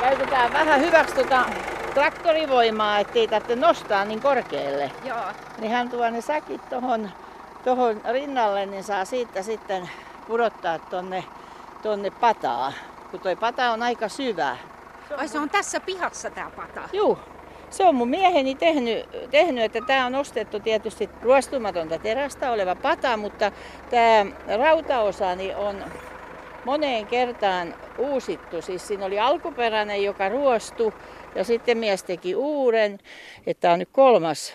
Käytetään vähän hyväksi tota traktorivoimaa, ettei tarvitse nostaa niin korkealle. Joo. Niin hän tuo ne säkit tohon, tohon rinnalle, niin saa siitä sitten pudottaa tonne, tonne pataa. Kun toi pata on aika syvä. Ai se on tässä pihassa tää pata. Juu, se on mun mieheni tehnyt, tehnyt että tämä on ostettu tietysti ruostumatonta terästä oleva pata, mutta tämä rautaosa niin on moneen kertaan uusittu. Siis siinä oli alkuperäinen, joka ruostui ja sitten mies teki uuden, että on nyt kolmas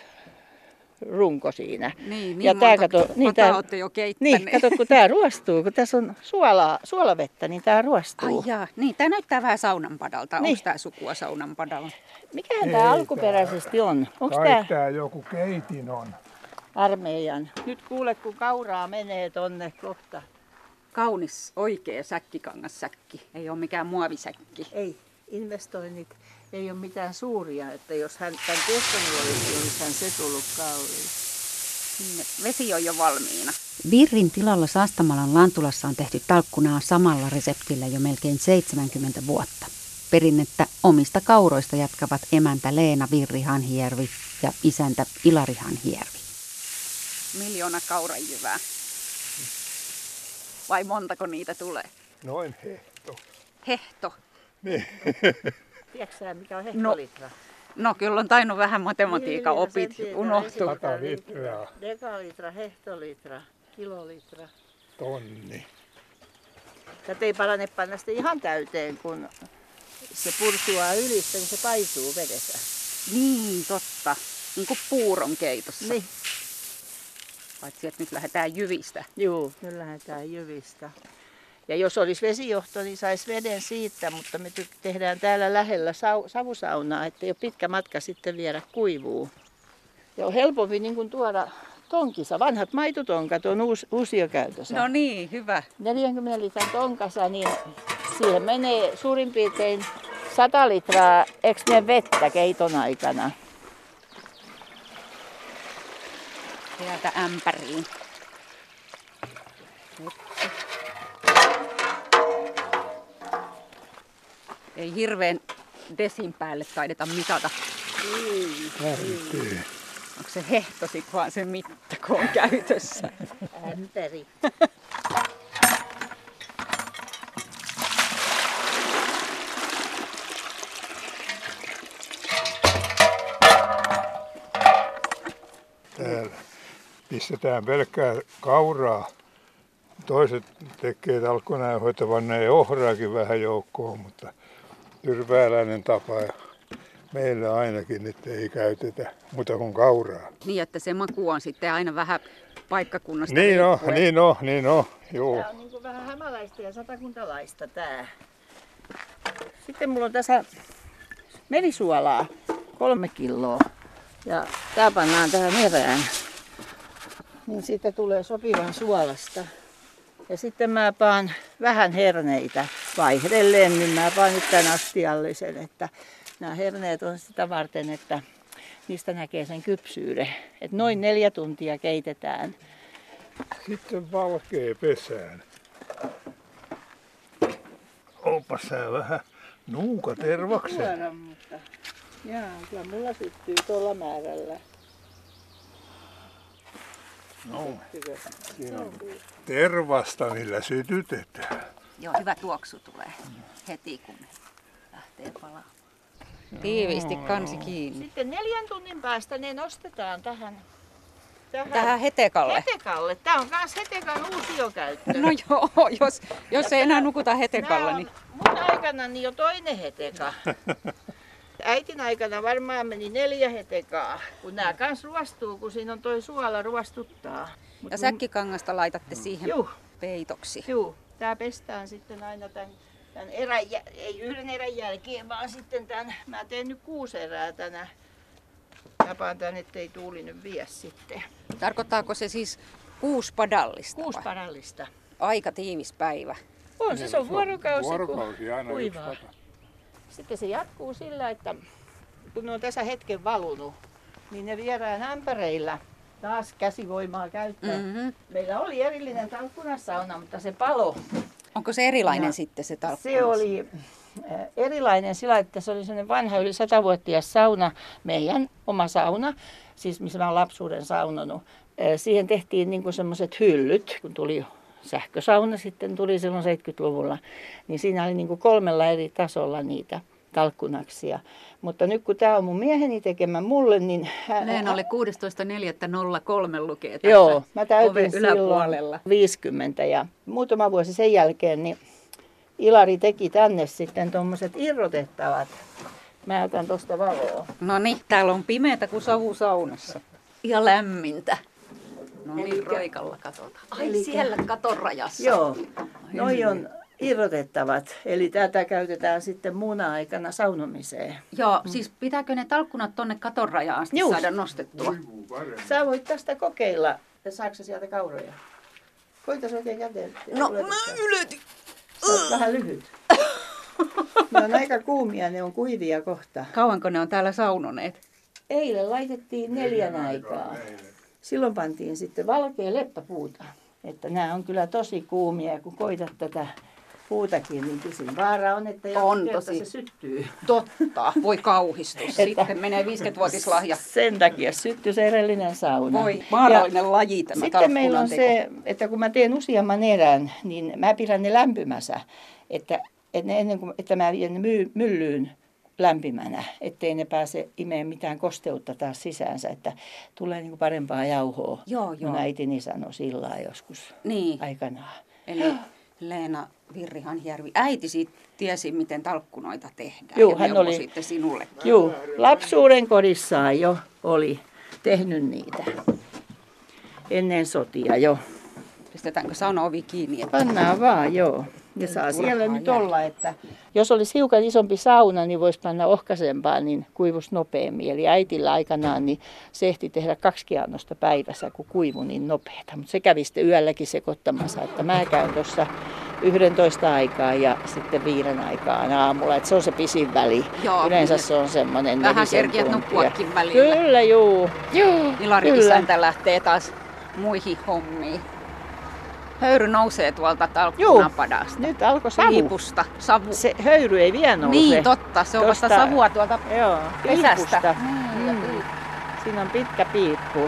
runko siinä. Niin, Ja tää kato- niin tää... tää- olette jo keittäneet. Niin, kato kun tämä ruostuu, kun tässä on suolaa, suolavettä, niin tämä ruostuu. Ai jaa, niin tää näyttää vähän saunanpadalta. Niin. Niin. Onko tää sukua saunanpadalla? Mikähän Ei tämä tää- alkuperäisesti on? Onko Kai tämä tää joku keitin on. armeijan? Nyt kuule, kun kauraa menee tonne kohta. Kaunis oikea säkkikangassäkki. Ei ole mikään muovisäkki. Ei, investoinnit ei ole mitään suuria, että jos hän tämän kestänyt olisi, niin olisi hän se tullut kalliiksi. Sinne Vesi on jo valmiina. Virrin tilalla Sastamalan Lantulassa on tehty talkkunaa samalla reseptillä jo melkein 70 vuotta. Perinnettä omista kauroista jatkavat emäntä Leena Virrihanhijärvi ja isäntä Ilari Hanhijärvi. Miljoona kauranjyvää. Vai montako niitä tulee? Noin hehto. Hehto. Tiedätkö sä, mikä on hehtolitra? hehtolitra? No kyllä on tainnut vähän matematiikan Niin, opit sen tietää. unohtuu. Sata litraa, Dekalitra, hehtolitra, kilolitra. tonni. Tätä ei parane panna sitä ihan täyteen, kun se pursuaa ylistä, niin se paisuu vedessä. Niin, totta. Niin kuin puuron keitossa. Niin, Paitsi, että nyt lähdetään jyvistä. juu, nyt lähdetään jyvistä. Ja jos olisi vesijohto, niin saisi veden siitä, mutta me ty- tehdään täällä lähellä sau- savusaunaa, että ei ole pitkä matka sitten viedä kuivuu. Ja on helpompi niin kuin tuoda tonkissa. Vanhat maitotonkat on uus, uusiokäytössä. No niin, hyvä. 40 litran tonkassa, niin siihen menee suurin piirtein 100 litraa eks ne vettä keiton aikana. Sieltä ämpäriin. Hetki. Ei hirveän desin päälle taideta mitata. Lähtee. Onko se hehto sit vaan se mitta, kun on käytössä? Ämpäri. Täällä pistetään pelkkää kauraa. Toiset tekee talkkunäyhoita, vaan ne ohraakin vähän joukkoon, mutta tyrvääläinen tapa meillä ainakin, että ei käytetä muuta kuin kauraa. niin, että se maku on sitten aina vähän paikkakunnasta Niin on, riippuen. niin on, niin on, juu. Tämä on niin kuin vähän hämäläistä ja satakuntalaista tää. Sitten mulla on tässä merisuolaa, kolme kiloa. Ja tää pannaan tähän merään. Niin siitä tulee sopivan suolasta. Ja sitten mä paan vähän herneitä vaihdellen, niin mä paan nyt tämän astiallisen, että nämä herneet on sitä varten, että niistä näkee sen kypsyyden. Et noin neljä tuntia keitetään. Sitten valkee pesään. Onpas sä vähän nuuka tervaksen. Suora, mutta jaa, kyllä mulla syttyy tuolla määrällä. No, Hyvä. tervasta niillä sytytetään. Joo, hyvä tuoksu tulee heti, kun lähtee palaamaan. Tiiviisti kansi kiinni. Sitten neljän tunnin päästä ne nostetaan tähän, tähän, Tähän hetekalle. hetekalle. Tämä on myös hetekan uusiokäyttö. No joo, jos, jos ei enää nukuta hetekalla, Nää niin... on Mun aikana niin jo toinen heteka. Äitin aikana varmaan meni neljä hetekaa, kun nämä kans ruostuu, kun siinä on toi suola ruostuttaa. Mut Ja mun- Mm. säkkikangasta laitatte siihen Juu, peitoksi. juu. Tää pestään sitten aina tämän, tämän erän, jä- ei yhden erän jälkeen, vaan sitten tämän, mä teen nyt kuusi erää tänä. Tapaan tän, ettei tuuli nyt vie sitten. Tarkoittaako se siis kuusi padallista? Kuusi vai? parallista. Aika tiivis päivä. On, Niin, se, se on vuorokausi, Vuorokausi aina kun kuivaa. yksi pata. Sitten se jatkuu sillä, että kun ne on tässä hetken valunut, niin ne viedään ämpäreillä taas käsivoimaa käyttäen. Mm. Mm-hmm. Meillä oli erillinen talkkunassauna, mutta se palo. Onko se erilainen Ja sitten se Se talkkunas? oli eh, erilainen sillä, lailla, että se oli sellainen vanha yli 100-vuotias sauna, meidän oma sauna, siis missä mä olen lapsuuden saunonut. Ää, Siihen tehtiin niin semmoiset hyllyt, kun tuli sähkösauna sitten tuli silloin 70-luvulla, niin siinä oli niin kuin kolmella eri tasolla niitä talkkunaksia. Mutta nyt kun tämä on mun mieheni tekemä mulle, niin hän, Leena oli 16.4.03 lukee tässä Joo, mä täytin oven silloin yläpuolella. 50 ja muutama vuosi sen jälkeen niin Ilari teki tänne sitten tuommoiset irrotettavat. Mä otan tuosta valoa. No niin, täällä on pimeätä kuin savusaunassa. Ja lämmintä. No niin, Elikkä- roikalla katsotaan. Ai Elikkä- siellä katon rajassa. Joo, noi on irrotettavat. Eli tätä käytetään sitten muuna aikana saunomiseen. Joo, siis pitääkö ne talkkunat tonne katon rajaan asti Juu. saada nostettua? Sä voit tästä kokeilla. Ja saatko sä sieltä kauroja? Koita se oikein käteen. No Yletä mä sä. yletin. Sä oot Vähän lyhyt. Ne on aika kuumia, ne on kuivia kohta. Kauanko ne on täällä saunoneet? Eilen laitettiin neljän aikaa. Silloin pantiin sitten valkea leppäpuuta. Että nämä on kyllä tosi kuumia ja kun koitat tätä puutakin, niin pisin vaara on, että joka On kerta tosi. se syttyy. Totta, voi kauhistus. Sitten menee 50-vuotislahja. Sen takia syttyi se edellinen sauna. Voi, Ja- vaarallinen laji tämä Sitten meillä on talkkunan teko. se, että kun mä teen useamman erän, niin mä pidän ne lämpimässä, että, että ne ennen kuin, että mä vien ne myy, myllyyn lämpimänä, ettei ne pääse imeen mitään kosteutta taas sisäänsä, että tulee niin kuin parempaa jauhoa. Joo, joo. Mun äitini sanoi sillä lailla joskus Niin, aikanaan. eli Leena Virrihanjärvi, äiti siitä tiesi, miten talkkunoita tehdään. Juu, ja hän neuvoi oli- sitten sinulle. Joo, lapsuuden kodissaan jo oli tehnyt niitä ennen sotia jo. Pistetäänkö saunaovi kiinni? Että... Pannaan vaan, joo. Ja saa turhaa siellä nyt jää. olla, että jos olisi hiukan isompi sauna, niin voisi panna ohkaisempaa, niin kuivus nopeammin. Eli äitillä aikanaan niin se ehti tehdä kaksi annosta päivässä, kun kuivu niin nopeata. Mutta se kävi sitten yölläkin sekoittamassa, että mä käyn tuossa 11 aikaa ja sitten viiden aikaan aamulla. Että se on se pisin väli. Joo, Yleensä niin. se on semmoinen Vähän nelisen kerkiät tuntia. nukkuakin välillä. Kyllä, juu. juu Ilari kyllä. isäntä lähtee taas muihin hommiin. Höyry nousee tuolta Juu, talkkunapadasta. nyt alkoi savu. Viipusta, savu. Se höyry ei vielä nouse. niin, totta. Se on vasta Tosta- savua tuolta Joo, pesästä. pesästä. Niin, ja Mm. piip- Siinä on pitkä piippu.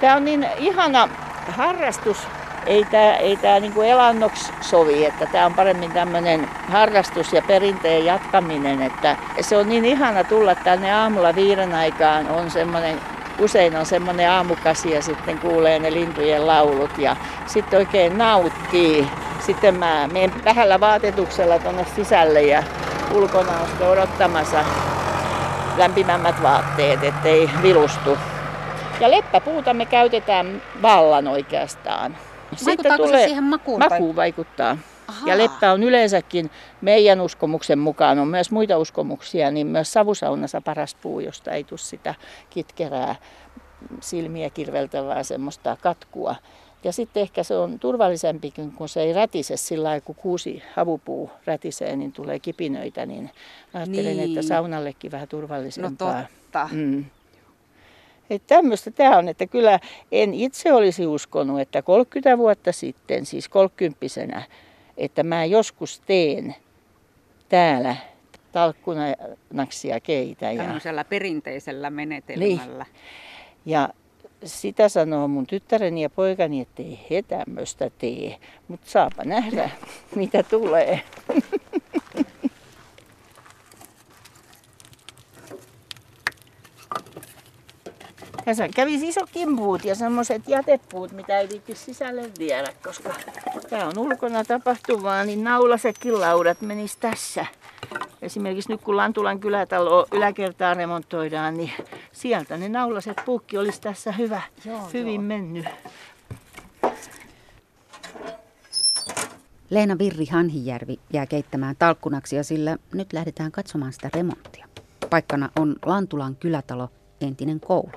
Tämä on niin ihana harrastus. Ei tämä ei tää niinku elannoksi sovi, että tämä on paremmin tämmöinen harrastus ja perinteen jatkaminen. Että se on niin ihana tulla tänne aamulla viiden aikaan. On semmoinen, usein on semmoinen aamukasi ja sitten kuulee ne lintujen laulut ja sitten oikein nauttii. Sitten mä menen vähällä vaatetuksella tuonne sisälle ja ulkona on sitten odottamassa lämpimämmät vaatteet, ettei vilustu. Ja leppäpuuta me käytetään vallan oikeastaan. Vaikuttaako se siihen makuun tai- Maku vaikuttaa. Ahaa. Ja leppä on yleensäkin meidän uskomuksen mukaan, on myös muita uskomuksia, niin myös savusaunassa paras puu, josta ei tule sitä kitkerää silmiä kirveltävää semmoista katkua. Ja sitten ehkä se on turvallisempikin, kun se ei rätise sillä lailla, kun kuusi havupuu rätisee, niin tulee kipinöitä, niin ajattelin, Niin. että saunallekin vähän No turvallisempaa. totta. Mm. Että tämmöistä tämä on, että kyllä en itse olisi uskonut, että 30 vuotta sitten, siis 30 että mä joskus teen täällä talkkunaksia keitä. Ja, Tämmöisellä perinteisellä menetelmällä. Niin. ja sitä sanoo mun tyttäreni ja poikani, ettei he tämmöistä tee. Mutta saapa nähdä, mitä tulee. Tässä kävi iso kimpuut ja semmoiset jätepuut, mitä ei viitti sisälle viedä, koska tämä on ulkona tapahtuvaa, niin naulasetkin laudat menis tässä. Esimerkiksi nyt kun Lantulan kylätalo yläkertaa remontoidaan, niin sieltä ne naulaset puukki olisi tässä hyvä, Joo, joo, hyvin joo. joo. mennyt. Leena Virri Hanhijärvi jää keittämään talkkunaksia, sillä nyt lähdetään katsomaan sitä remonttia. Paikkana on Lantulan kylätalo, entinen koulu.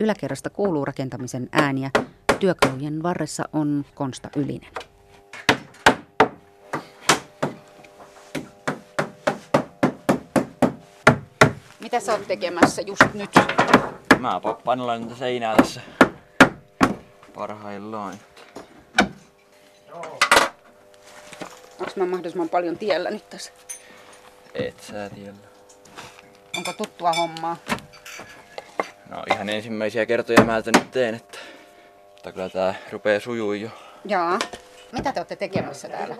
Yläkerrasta kuuluu rakentamisen ääniä. Työkalujen varressa on Konsta Ylinen. Mitä sä oot tekemässä just nyt? Mä pappanilan niitä seinää tässä parhaillaan. että Onko mä mahdollisimman paljon tiellä nyt tässä? Et sä tiedä. Onko tuttua hommaa? No ihan ensimmäisiä kertoja mä tän nyt teen, että... Mutta kyllä tää rupee sujuu jo. Jaa. Mitä te olette tekemässä täällä?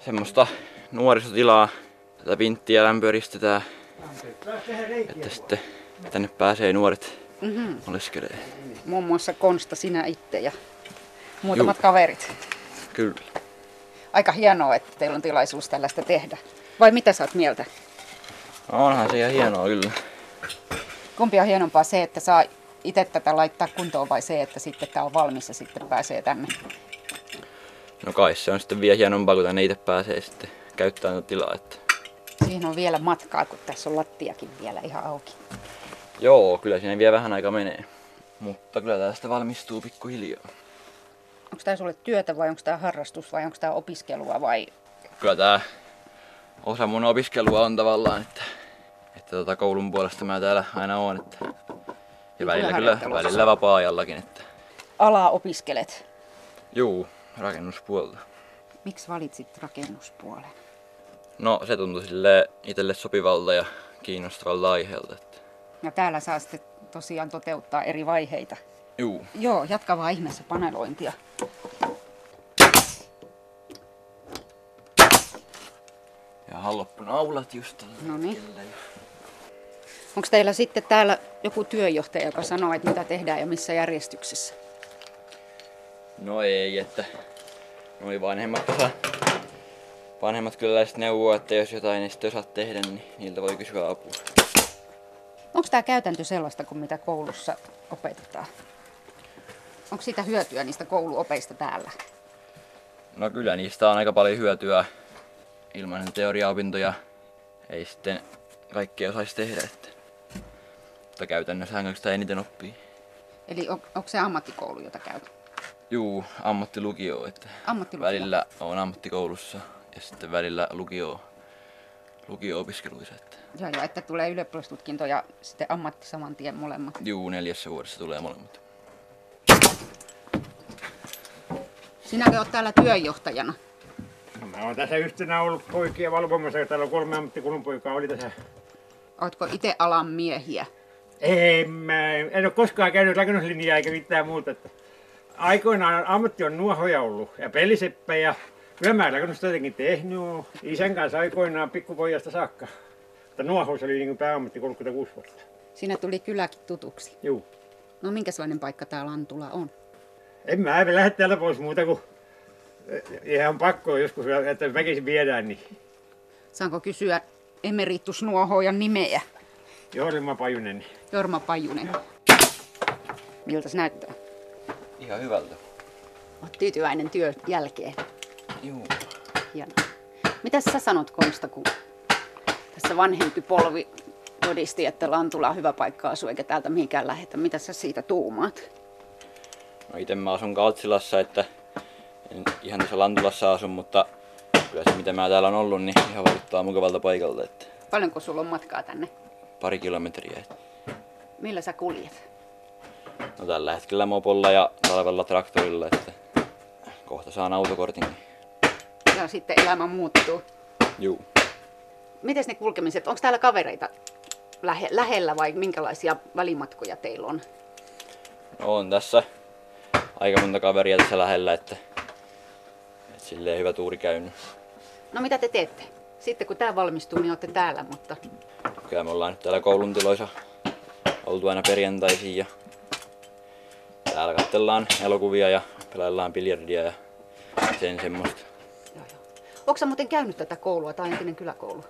Semmoista nuorisotilaa. Tätä vinttiä lämpöristetään. Että sitten tänne pääsee nuoret mm-hmm. oleskelee. Muun muassa Konsta, sinä itse ja muutamat Juu. kaverit. Kyllä. Aika hienoa, että teillä on tilaisuus tällaista tehdä. Vai mitä sä oot mieltä? No, onhan se ihan hienoa kyllä. Kumpi on hienompaa se, että saa itse tätä laittaa kuntoon vai se, että sitten tämä on valmis ja sitten pääsee tänne? No kai se on sitten vielä hienompaa, kun tänne itse pääsee sitten käyttämään tätä tilaa. Että... Siihen on vielä matkaa, kun tässä on lattiakin vielä ihan auki. Joo, kyllä siinä vielä vähän aika menee. Mutta kyllä tästä valmistuu pikkuhiljaa. Onko tämä sulle työtä vai onko tämä harrastus vai onko tämä opiskelua vai... Kyllä tää osa mun opiskelua on tavallaan, että, että tota koulun puolesta mä täällä aina oon. Että, Niin ja välillä kyllä, harjoittelussa. välillä vapaa-ajallakin. Että, Alaa opiskelet. juu, rakennuspuolta. Miksi valitsit rakennuspuolen? No se tuntui sille itselle sopivalta ja kiinnostavalta aiheelta. Että, Ja täällä saa sitten tosiaan toteuttaa eri vaiheita. juu, Joo, jatka vaan ihmeessä panelointia. ja haloppu naulat just tällä No niin. hetkellä. Onko teillä sitten täällä joku työjohtaja, joka sanoo, että mitä tehdään ja missä järjestyksessä? No ei, että noi vanhemmat osa, vanhemmat kyllä sit neuvoo, että jos jotain ei sitten osaa tehdä, niin niiltä voi kysyä apua. Onko tämä käytäntö sellaista kuin mitä koulussa opetetaan? Onko siitä hyötyä niistä kouluopeista täällä? No kyllä niistä on aika paljon hyötyä. Ilman niitä teoriaopintoja ei sitten kaikkea osaisi tehdä. Että. Mutta käytännössähän kaikista eniten oppii. Eli on, onko se ammattikoulu, jota käyt? Juu, ammattilukio. Että Ammattilukio. Välillä on ammattikoulussa ja sitten välillä lukio, lukio-opiskeluissa. Että. Joo, joo, että tulee ylioppilastutkinto ja sitten ammatti saman tien molemmat. Juu, neljässä vuodessa tulee molemmat. Sinäkö olet täällä työjohtajana? No, Mä oon tässä yhtenä ollut poikia valvomassa, kun täällä on kolme ammattikoulun poikaa oli tässä. Oletko itse alan miehiä? En, mä, en ole koskaan käynyt rakennuslinjaa eikä mitään muuta. Että aikoinaan ammatti on nuohoja ollut ja peliseppä ja kyllä mä rakennusta jotenkin tehnyt oon. Isän kanssa aikoinaan pikkupojasta saakka. Mutta nuohous oli niin kuin pääammatti 36 vuotta. Sinä tuli kyläkin tutuksi. Juu. No minkälainen paikka tää Lantula on? En mä aivan lähde täältä pois muuta kuin eh, ihan pakko joskus, että väkisin viedään, niin Saanko kysyä emeritusnuohoojan nimeä? Jorma Pajunen. niin Jorma Pajunen. Miltä se näyttää? Ihan hyvältä. Olet tyytyväinen työn jälkeen. Juu. Hienoa. Mitä sä sanot Konsta, kun tässä vanhempi polvi todisti, että Lantula on hyvä paikka asua eikä täältä mihinkään lähetä. Mitä sä siitä tuumaat? No itse mä asun Kaltsilassa, että en ihan tuossa Lantulassa asun, mutta kyllä se mitä mä täällä on ollut, niin ihan vaikuttaa mukavalta paikalta, että Paljonko sulla on matkaa tänne? pari kilometriä. että- Millä sä kuljet? No tällä hetkellä mopolla ja talvella traktorilla, että kohta saan autokortin. Ja sitten elämä muuttuu. Juu. Miten ne kulkemiset? Onko täällä kavereita lähe, lähellä vai minkälaisia välimatkoja teillä on? No on tässä aika monta kaveria tässä lähellä, että, että silleen hyvä tuuri käynyt. No mitä te teette? Sitten kun tämä valmistuu, niin olette täällä, mutta Kyllä me ollaan nyt täällä koulun tiloissa oltu aina perjantaisin ja täällä katsellaan elokuvia ja pelaillaan biljardia ja sen semmoista. joo joo. Onko sä muuten käynyt tätä koulua? Tämä on entinen kyläkoulu.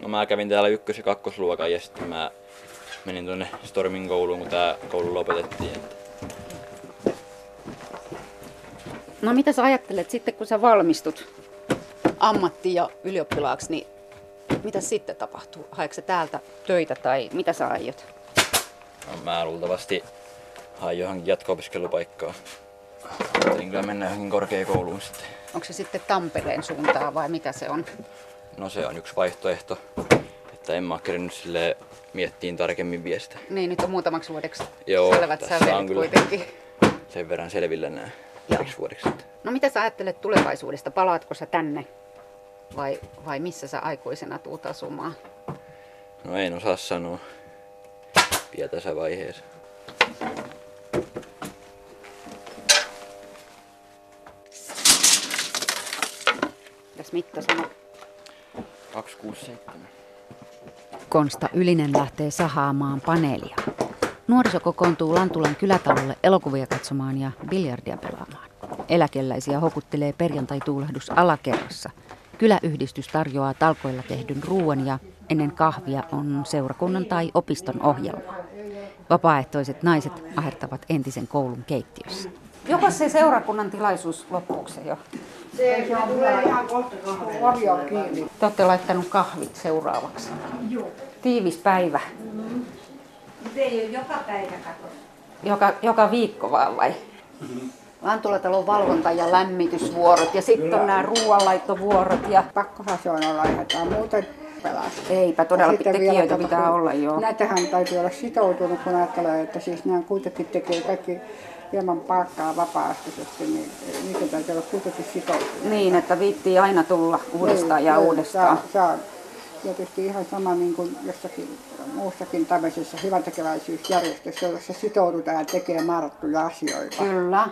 No mä kävin täällä ykkös- ja kakkosluokan ja sitten mä menin tuonne Stormin kouluun, kun tää koulu lopetettiin. Että No mitä sä ajattelet sitten, kun sä valmistut ammatti- ja ylioppilaaksi, niin mitä sitten tapahtuu? Haetko sä täältä töitä tai mitä sä aiot? no, mä luultavasti hain johonkin jatko-opiskelupaikkaa. Ajattelin kyllä mennä johonkin korkeakouluun sitten. Onko se sitten Tampereen suuntaan vai mitä se on? No se on yksi vaihtoehto. Että en mä oo kerennyt silleen miettiin tarkemmin viestä. Niin, nyt on muutamaksi vuodeksi Joo, selvät tässä on sävelet kyllä. kuitenkin. Sen verran selvillä nää pariksi vuodeksi. että- No mitä sä ajattelet tulevaisuudesta? Palaatko sä tänne? Vai, vai missä sä aikuisena tuut asumaan? No en osaa sanoa. Vielä tässä vaiheessa. Mitäs Mitta sanoo? 267. Konsta Ylinen lähtee sahaamaan paneelia. Nuoriso kokoontuu Lantulan kylätalolle elokuvia katsomaan ja biljardia pelaamaan. Eläkeläisiä houkuttelee perjantai-tuulahdus alakerrassa. Kyläyhdistys tarjoaa talkoilla tehdyn ruoan ja ennen kahvia on seurakunnan tai opiston ohjelma. Vapaaehtoiset naiset ahertavat entisen koulun keittiössä. Joko se seurakunnan tilaisuus loppuuko jo? Te olette laittanut kahvit seuraavaksi. Tiivis päivä. Joka, joka viikko vaan vai? Lantulatalon valvonta ja lämmitysvuorot ja sitten on nämä ruoanlaittovuorot ja Pakkohan se on olla ihan jotain muuta pelastaa. eipä todella tekijöitä pitää olla joo. Näitähän täytyy olla sitoutunut, kun ajattelee, että siis nämä kuitenkin tekee kaikki ilman palkkaa vapaaehtoisesti, niin niiden täytyy olla kuitenkin sitoutunut. Niin, että viittii aina tulla uudestaan ja Niin, uudestaan. Se on, se on tietysti ihan sama niin kuin jossakin muussakin tämmöisessä hyväntekeväisyysjärjestössä, jossa sitoudutaan tekemään määrättyjä asioita. Kyllä.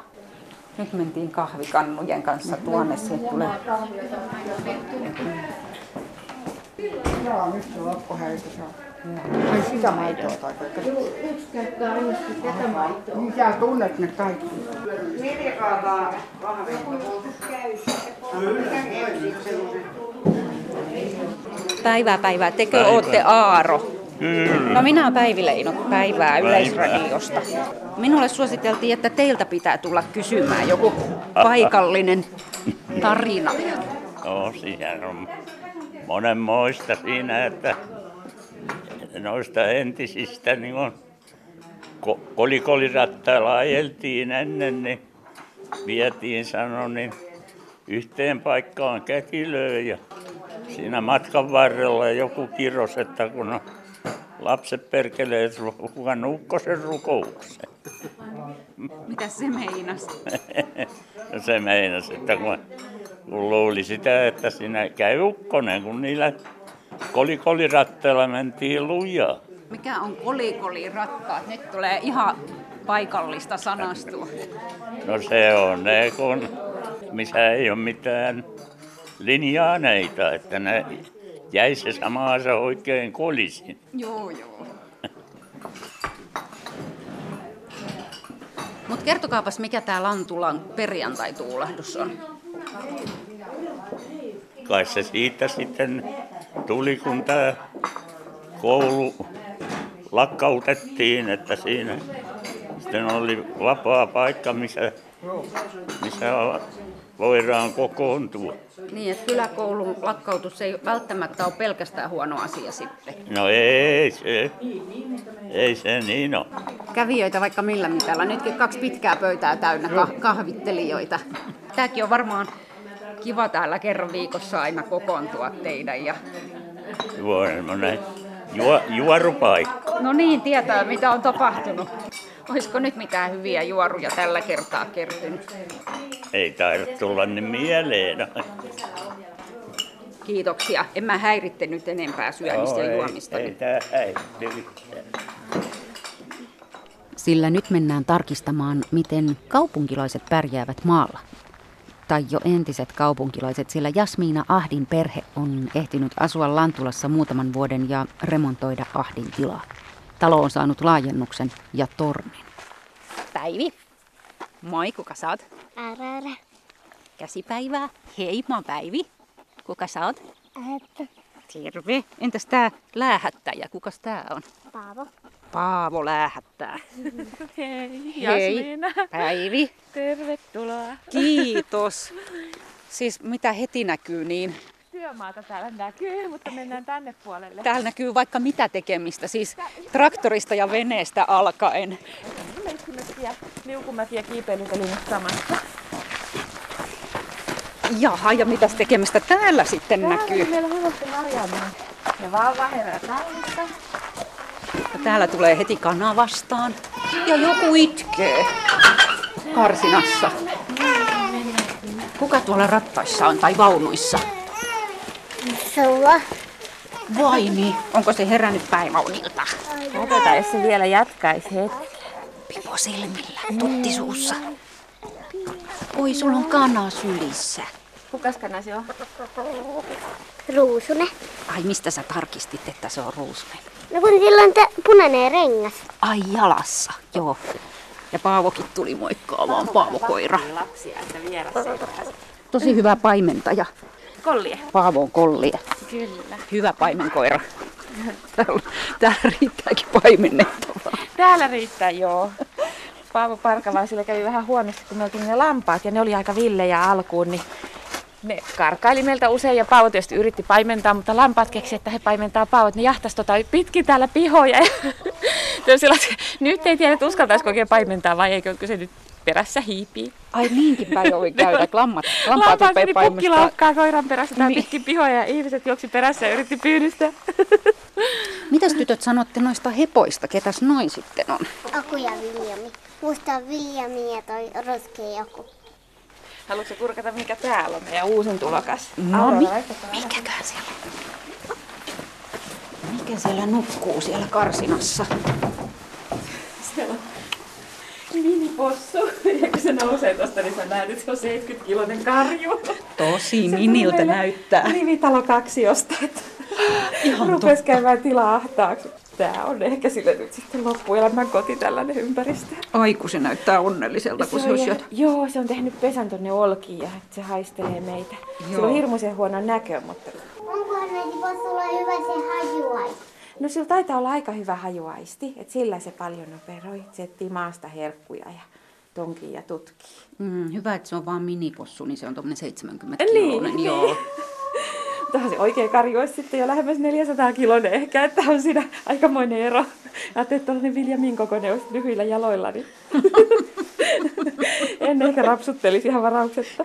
Nyt mentiin kahvikannujen kanssa tuonne, sieltä tulee. Joo, nyt se loppu heistä se on. Ai sitä maitoa tai kaikkea. Yksi käyttää aina tätä maitoa. Niin sä tunnet ne kaikki. Päivää, päivää. Tekö päivää. ootte Aaro? Kyllä. No minä olen Päivi Leino, päivää Yleisradiosta. Minulle suositeltiin, että teiltä pitää tulla kysymään joku paikallinen tarina. No siinä on monenmoista siinä, että noista entisistä niin on ko- kolikolirattailla ajeltiin ennen, niin vietiin sano, niin yhteen paikkaan kätilöön ja siinä matkan varrella joku kirros, että kun on lapset perkeleet ru- kuka ukkosen rukouksen. Mitä se meinasi? No se meinasi, että kun, kun luuli sitä, että sinä käy ukkonen, kun niillä kolikolirattailla mentiin lujaa. Mikä on kolikoli rakkaat? Nyt tulee ihan paikallista sanastua. No se on ne, kun missä ei ole mitään linjaaneita, että ne jäi se samaansa oikein kolisin. Joo, joo. Mutta kertokaapas, mikä tämä Lantulan perjantai-tuulahdus on. Kai se siitä sitten tuli, kun tämä koulu lakkautettiin, että siinä sitten oli vapaa paikka, missä, missä voidaan kokoontua. Niin, että kyläkoulun lakkautus ei välttämättä ole pelkästään huono asia sitten. No ei se, ei se niin ole. Kävijöitä vaikka millä mitalla. Nytkin kaksi pitkää pöytää täynnä kah- kahvittelijoita. Tämäkin on varmaan kiva täällä kerran viikossa aina kokoontua teidän. Ja... Tuo on semmoinen juo, juorupaikka. No niin, tietää mitä on tapahtunut. Olisiko nyt mitään hyviä juoruja tällä kertaa kertynyt? Ei taida tulla niin mieleen. Kiitoksia. En mä häiritte nyt enempää syömistä ja juomista. Ei, ei tää häitteli. Sillä nyt mennään tarkistamaan, miten kaupunkilaiset pärjäävät maalla. Tai jo entiset kaupunkilaiset, sillä Jasmiina Ahdin perhe on ehtinyt asua Lantulassa muutaman vuoden ja remontoida Ahdin tilaa. Talo on saanut laajennuksen ja tornin. Päivi. Moi, kuka sä oot? Älä, älä, Käsipäivää. Hei, mä oon Päivi. Kuka sä oot? että Terve. Entäs tää läähättäjä? Kukas tää on? Paavo. Paavo läähättää. Hei, Hei. Päivi. Tervetuloa. Kiitos. Siis mitä heti näkyy, niin Työmaata täällä näkyy, mutta mennään tänne puolelle. täällä näkyy vaikka mitä tekemistä, siis traktorista ja veneestä alkaen. Leikkimäki ja liukumäki ja kiipeilytelimet samassa. Jaha, ja mitäs tekemistä täällä sitten näkyy? Täällä meillä hevosten harjaamaan. Ja vauva herää tallista. Täällä tulee heti kana vastaan. Ja joku itkee karsinassa. Kuka tuolla rattaissa on tai vaunuissa? Sulla. Vai niin, onko se herännyt päiväunilta? Katsotaan, jos se vielä jatkaisi hetki. Pipo silmillä, tutti suussa. Oi, sulla on kana sylissä. Kukas kana se on? Ruusune. Ai, mistä sä tarkistit, että se on ruusune? No kun sillä on t- punainen rengas. Ai, jalassa, joo. Ja Paavokin tuli moikkaamaan, Paavokoira. Lapsia, että vieras ei pääse. Tosi hyvä paimentaja. Kollie. Paavo on kollia. Kyllä. Hyvä paimenkoira. Täällä, täällä riittääkin paimennettavaa. Täällä riittää, joo. Paavo Parkavaisille kävi vähän huonosti, kun me oltiin ne lampaat ja ne oli aika villejä alkuun, niin ne karkaili meiltä usein ja Paavo tietysti yritti paimentaa, mutta lampaat keksi, että he paimentaa Paavo, että ne jahtas tota pitkin täällä pihoja. Ja sellaiset, nyt ei tiedä, että uskaltaisiko oikein paimentaa vai eikö, kun se nyt perässä hiipii. Ai niinkin päin voi käydä, lammat, lampaat Lampaat rupeaa meni paimentamaan. pukkilaukkaa koiran perässä tai Niin. pitkin pihoja ja ihmiset juoksi perässä ja yritti pyydystää. Mitäs tytöt sanotte noista hepoista? Ketäs noin sitten on? Aku ja Viljami. Musta on Viljami ja toi ruskea joku. Haluatko kurkata, mikä täällä on meidän uusin tulokas? No, Aurora, mi- laitetaan aina. Mikäköhän siellä Mikä siellä nukkuu siellä karsinassa? Siellä on minipossu. Ja kun se nousee tosta, niin sä näet, että se on 70-kilonen karju. Niin Tosi Se miniltä tuli meille näyttää. Rivitalo kaksiosta. että Ihan Rupes käymään tilaa ahtaaksi. Tää on ehkä sille nyt sitten loppuelämän koti tällainen ympäristö. Aiku se näyttää onnelliselta, kun se, on olisi jää- jotain. joo, se on tehnyt pesän tonne olkiin ja se haistelee meitä. Joo. Joo. Sillä on hirmuisen huono näkö, mutta... Onkohan näitä voisi olla hyvä se hajuai? No sillä taitaa olla aika hyvä hajuaisti, että sillä se paljon operoi. Se etsii maasta herkkuja ja tonkii ja tutkii. Mm, hyvä, että se on vaan minipossu, niin se on tuommoinen 70 Niin, kiloinen. niin. Joo. Tähän se oikea karju olisi sitten jo lähemmäs 400 kiloinen ehkä, että on siinä aikamoinen ero. Ajattelin, että tuollainen Viljamin kokoinen olisi lyhyillä jaloilla, niin en ehkä rapsuttelisi ihan varauksetta.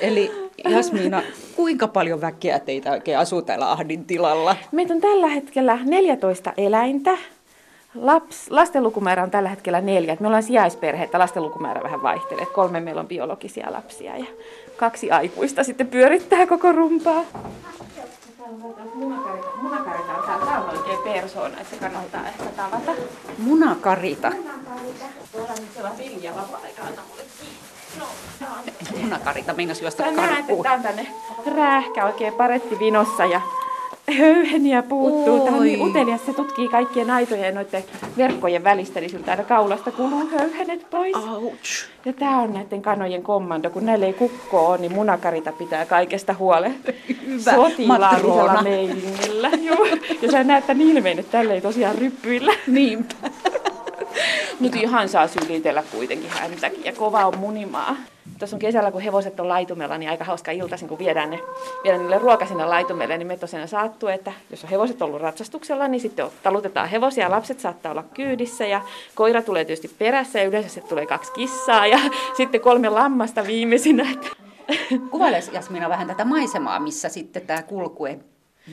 Eli Jasmiina, kuinka paljon väkeä teitä oikein asuu täällä Ahdin tilalla? Meitä on tällä hetkellä 14 eläintä. Laps, lasten lukumäärä on tällä hetkellä neljä. Et Me ollaan sijaisperhe, että lasten lukumäärä vähän vaihtelee. Et Kolme meillä on biologisia lapsia ja kaksi aikuista sitten pyörittää koko rumpaa. Munakarita on täällä. Täällä on oikein persoona, että se kannattaa ehkä tavata. Munakarita. Tuolla nyt siellä viljalla paikalla. Munakarita, meinas juosta Sä näet, että karkuun. tää on tänne räähkä oikein paretti vinossa ja höyheniä puuttuu. Tämä on niin Oi. utelias, se tutkii kaikkien aitojen ja noiden verkkojen välistä, niin siltä aina kaulasta kuluu höyhenet pois. Ouch. Ja tämä on näiden kanojen kommando, kun näillä ei kukkoa ole, niin munakarita pitää kaikesta huolen. Hyvä, Sotilaallisella matrona. meiningillä. Joo. Ja sä näet tämän ilmeen, että tällä ei tosiaan ryppyillä. Niinpä. Nyt ihan saa sylitellä kuitenkin häntäkin ja kova on munimaa. Tuossa on kesällä, kun hevoset on laitumella, niin aika hauska iltaisin, kun viedään, ne, viedään niille ruoka sinne laitumelle, niin me tosiaan saattuu, että jos on hevoset ollut ratsastuksella, niin sitten on- talutetaan hevosia, lapset saattaa olla kyydissä ja koira tulee tietysti perässä ja yleensä se tulee kaksi kissaa ja sitten kolme lammasta viimeisinä. että- Kuvaile Jasmina vähän tätä maisemaa, missä sitten tämä kulkue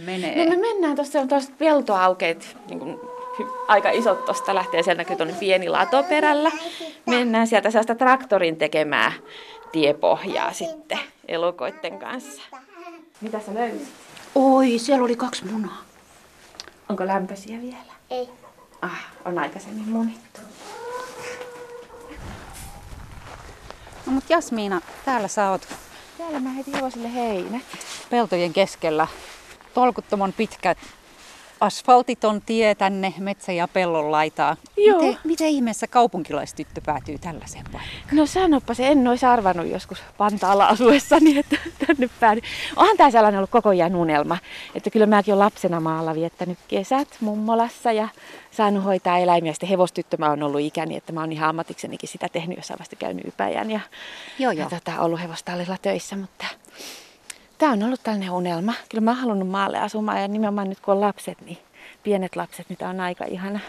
menee. No me mennään tuossa, on tuossa peltoaukeet, niin kuin, aika isot tuosta lähtee, sieltä näkyy tuonne pieni lato perällä. Mennään sieltä sellaista traktorin tekemää tiepohjaa sitten elukoitten kanssa. Mitä sä löysit? Oi, siellä oli kaksi munaa. Onko lämpöisiä vielä? Ei. Ah, on aikaisemmin munittu. No mutta Jasmiina, täällä sä oot Täällä mä heitin hevosille heinä. peltojen keskellä. Tolkuttoman pitkät asfaltiton tie tänne metsä- ja pellon laitaa. Joo. Miten, miten ihmeessä kaupunkilaistyttö päätyy tällaiseen paikkaan? No sanoppa se, en olisi arvannut joskus Vantaalla asuessani, että tänne päädyin. Onhan tämä sellainen ollut koko ajan unelma, että kyllä mäkin olen lapsena maalla viettänyt kesät mummolassa ja saanut hoitaa eläimiä. Sitten hevostyttö mä oon ollut ikäni, että mä oon ihan ammatiksenikin sitä tehnyt, jossain vasta käynyt ypäjän ja, Joo, ja joo. tota, ollut hevostallilla töissä, mutta tämä on ollut tällainen unelma. Kyllä mä oon halunnut maalle asumaan ja nimenomaan nyt kun on lapset, niin pienet lapset, niin tämä on aika ihana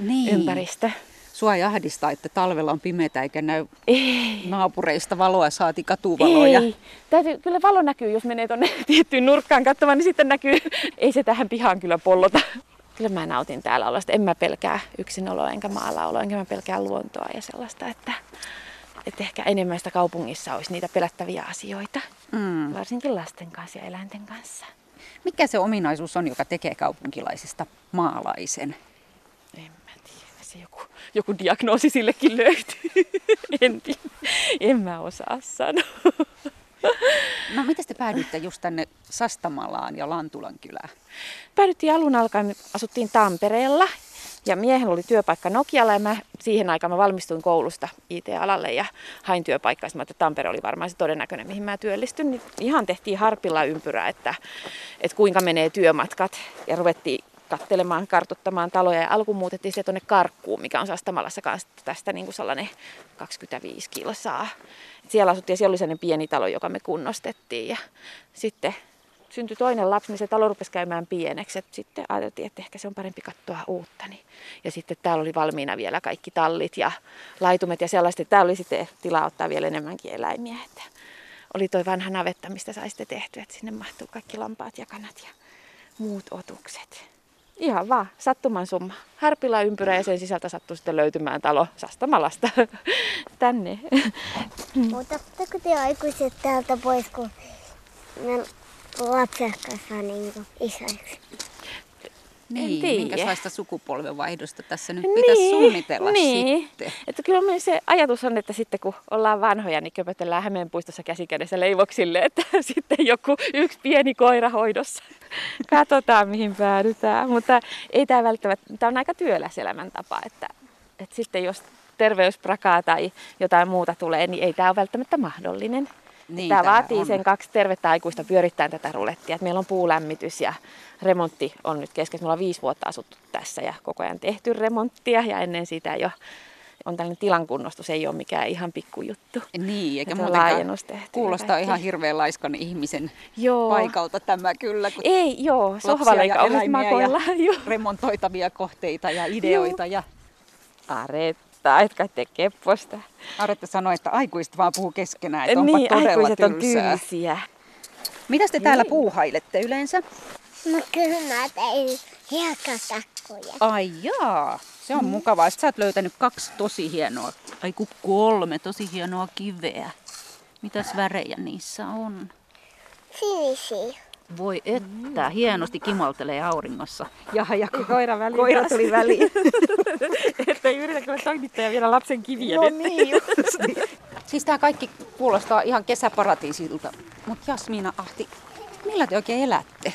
Niin. ympäristö. Sua ei ahdista, että talvella on pimeätä eikä näy Ei. naapureista valoa, saati katuvaloja. Ei. Täytyy, kyllä valo näkyy, jos menee tuonne tiettyyn nurkkaan katsomaan, niin sitten näkyy. Ei se tähän pihaan kyllä pollota. Kyllä mä nautin täällä olosta. En mä pelkää yksinoloa enkä maalla oloa, enkä mä pelkää luontoa ja sellaista, että että ehkä enemmän sitä kaupungissa olisi niitä pelättäviä asioita, mm. varsinkin lasten kanssa ja eläinten kanssa. Mikä se ominaisuus on, joka tekee kaupunkilaisesta maalaisen? En mä tiedä, se joku, joku diagnoosi sillekin löytyy. en, en mä osaa sanoa. No miten te päädyitte just tänne Sastamalaan ja Lantulan kylään? Päädyttiin alun alkaen, asuttiin Tampereella ja miehen oli työpaikka Nokialla ja mä, siihen aikaan mä valmistuin koulusta IT-alalle ja hain työpaikkaa. Sitten mä että Tampere oli varmaan se todennäköinen, mihin mä työllistyn. Niin ihan tehtiin harpilla ympyrää, että, että kuinka menee työmatkat ja ruvettiin kattelemaan, kartuttamaan taloja ja alkuun muutettiin se tuonne Karkkuun, mikä on Sastamalassa kanssa tästä niin kuin sellainen 25 kilsaa. Et siellä asuttiin ja siellä oli sellainen pieni talo, joka me kunnostettiin ja sitten syntyi toinen lapsi, niin se talo rupesi käymään pieneksi. Et sitten ajateltiin, että ehkä se on parempi katsoa uutta. Niin. Ja sitten täällä oli valmiina vielä kaikki tallit ja laitumet ja sellaista. Täällä oli sitten tilaa ottaa vielä enemmänkin eläimiä. Että oli toi vanha navetta, mistä sai sitten tehtyä, että sinne mahtuu kaikki lampaat ja kanat ja muut otukset. Ihan vaan, sattuman summa. Harpilla ympyrä ja sen sisältä sattuu sitten löytymään talo Sastamalasta tänne. Mm. Otatteko te aikuiset täältä pois, kun me lapset kasvaa niin isoiksi? Niin, tiedä. minkälaista sukupolvenvaihdosta tässä nyt niin, pitäisi suunnitella niin. sitten. Että kyllä me se ajatus on, että sitten kun ollaan vanhoja, niin köpötellään Hämeenpuistossa käsikädessä leivoksille, että sitten joku yksi pieni koira hoidossa. Katsotaan, mihin päädytään. Mutta ei tämä välttämättä, tämä on aika työläs elämäntapa, että, että sitten jos terveysprakaa tai jotain muuta tulee, niin ei tämä ole välttämättä mahdollinen. Niin, tämä, tämä vaatii on. sen kaksi tervettä aikuista pyörittäen tätä rulettia. Et meillä on puulämmitys ja remontti on nyt kesken. Me ollaan viisi vuotta asuttu tässä ja koko ajan tehty remonttia ja ennen sitä jo on tällainen tilankunnostus, ei ole mikään ihan pikkujuttu. Niin, eikä muutenkaan kuulostaa kaikki. ihan hirveän laiskan ihmisen joo. paikalta tämä kyllä. Kun ei, joo, sohvalle ja makoilla. Ja remontoitavia kohteita ja ideoita. Joo. Ja... Aret kirjoittaa, etkä tee kepposta. Arette sanoi, että aikuiset vaan puhuu keskenään, että onpa niin, todella tylsää. on tylsiä. Mitäs te niin. täällä puuhailette yleensä? No kyllä mä tein hiekkatakkuja. Ai jaa, se on mm. mukavaa. Sitten sä oot löytänyt kaksi tosi hienoa, ai kun kolme tosi hienoa kiveä. Mitäs värejä niissä on? Sinisiä. Voi että, hienosti kimaltelee auringossa. Jaha, ja ko- koira, väliin koira taas. tuli väliin. että ei yritä kyllä toimittaja vielä lapsen kiviä No nyt. niin, just niin. Siis tämä kaikki kuulostaa ihan kesäparatiisilta. Mutta Jasmina Ahti, millä te oikein elätte?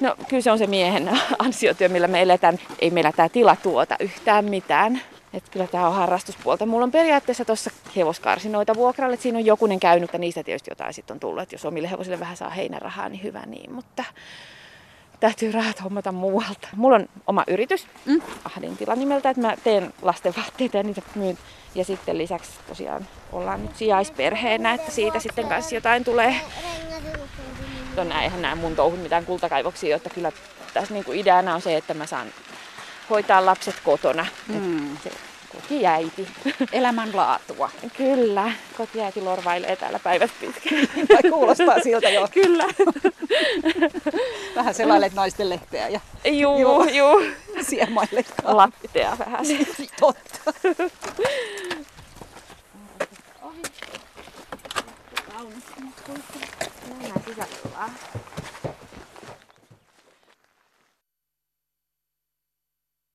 No kyllä se on se miehen ansiotyö, millä me eletään. Ei meillä tämä tila tuota yhtään mitään. Et kyllä tämä on harrastuspuolta. Mulla on periaatteessa tuossa hevoskarsinoita vuokralle. Siinä on jokunen käynyt, että niistä tietysti jotain sitten on tullut. Et jos omille hevosille vähän saa heinärahaa, niin hyvä niin. Mutta täytyy rahat hommata muualta. Mulla on oma yritys, mm. Ahdintila nimeltä, että mä teen lastenvaatteita ja niitä myyn. Ja sitten lisäksi tosiaan ollaan nyt sijaisperheenä, että siitä sitten kanssa jotain tulee. No nää, eihän nämä mun touhut mitään kultakaivoksia, että kyllä tässä niinku ideana on se, että mä saan hoitaa lapset kotona. Mm. Se kotiäiti. Elämänlaatua. Kyllä. Kotiäiti lorvailee täällä päivät pitkään. Tai kuulostaa siltä jo. Kyllä. Vähän selailet naisten lehteä ja juu, juu. siemailet Lattea vähän. Totta.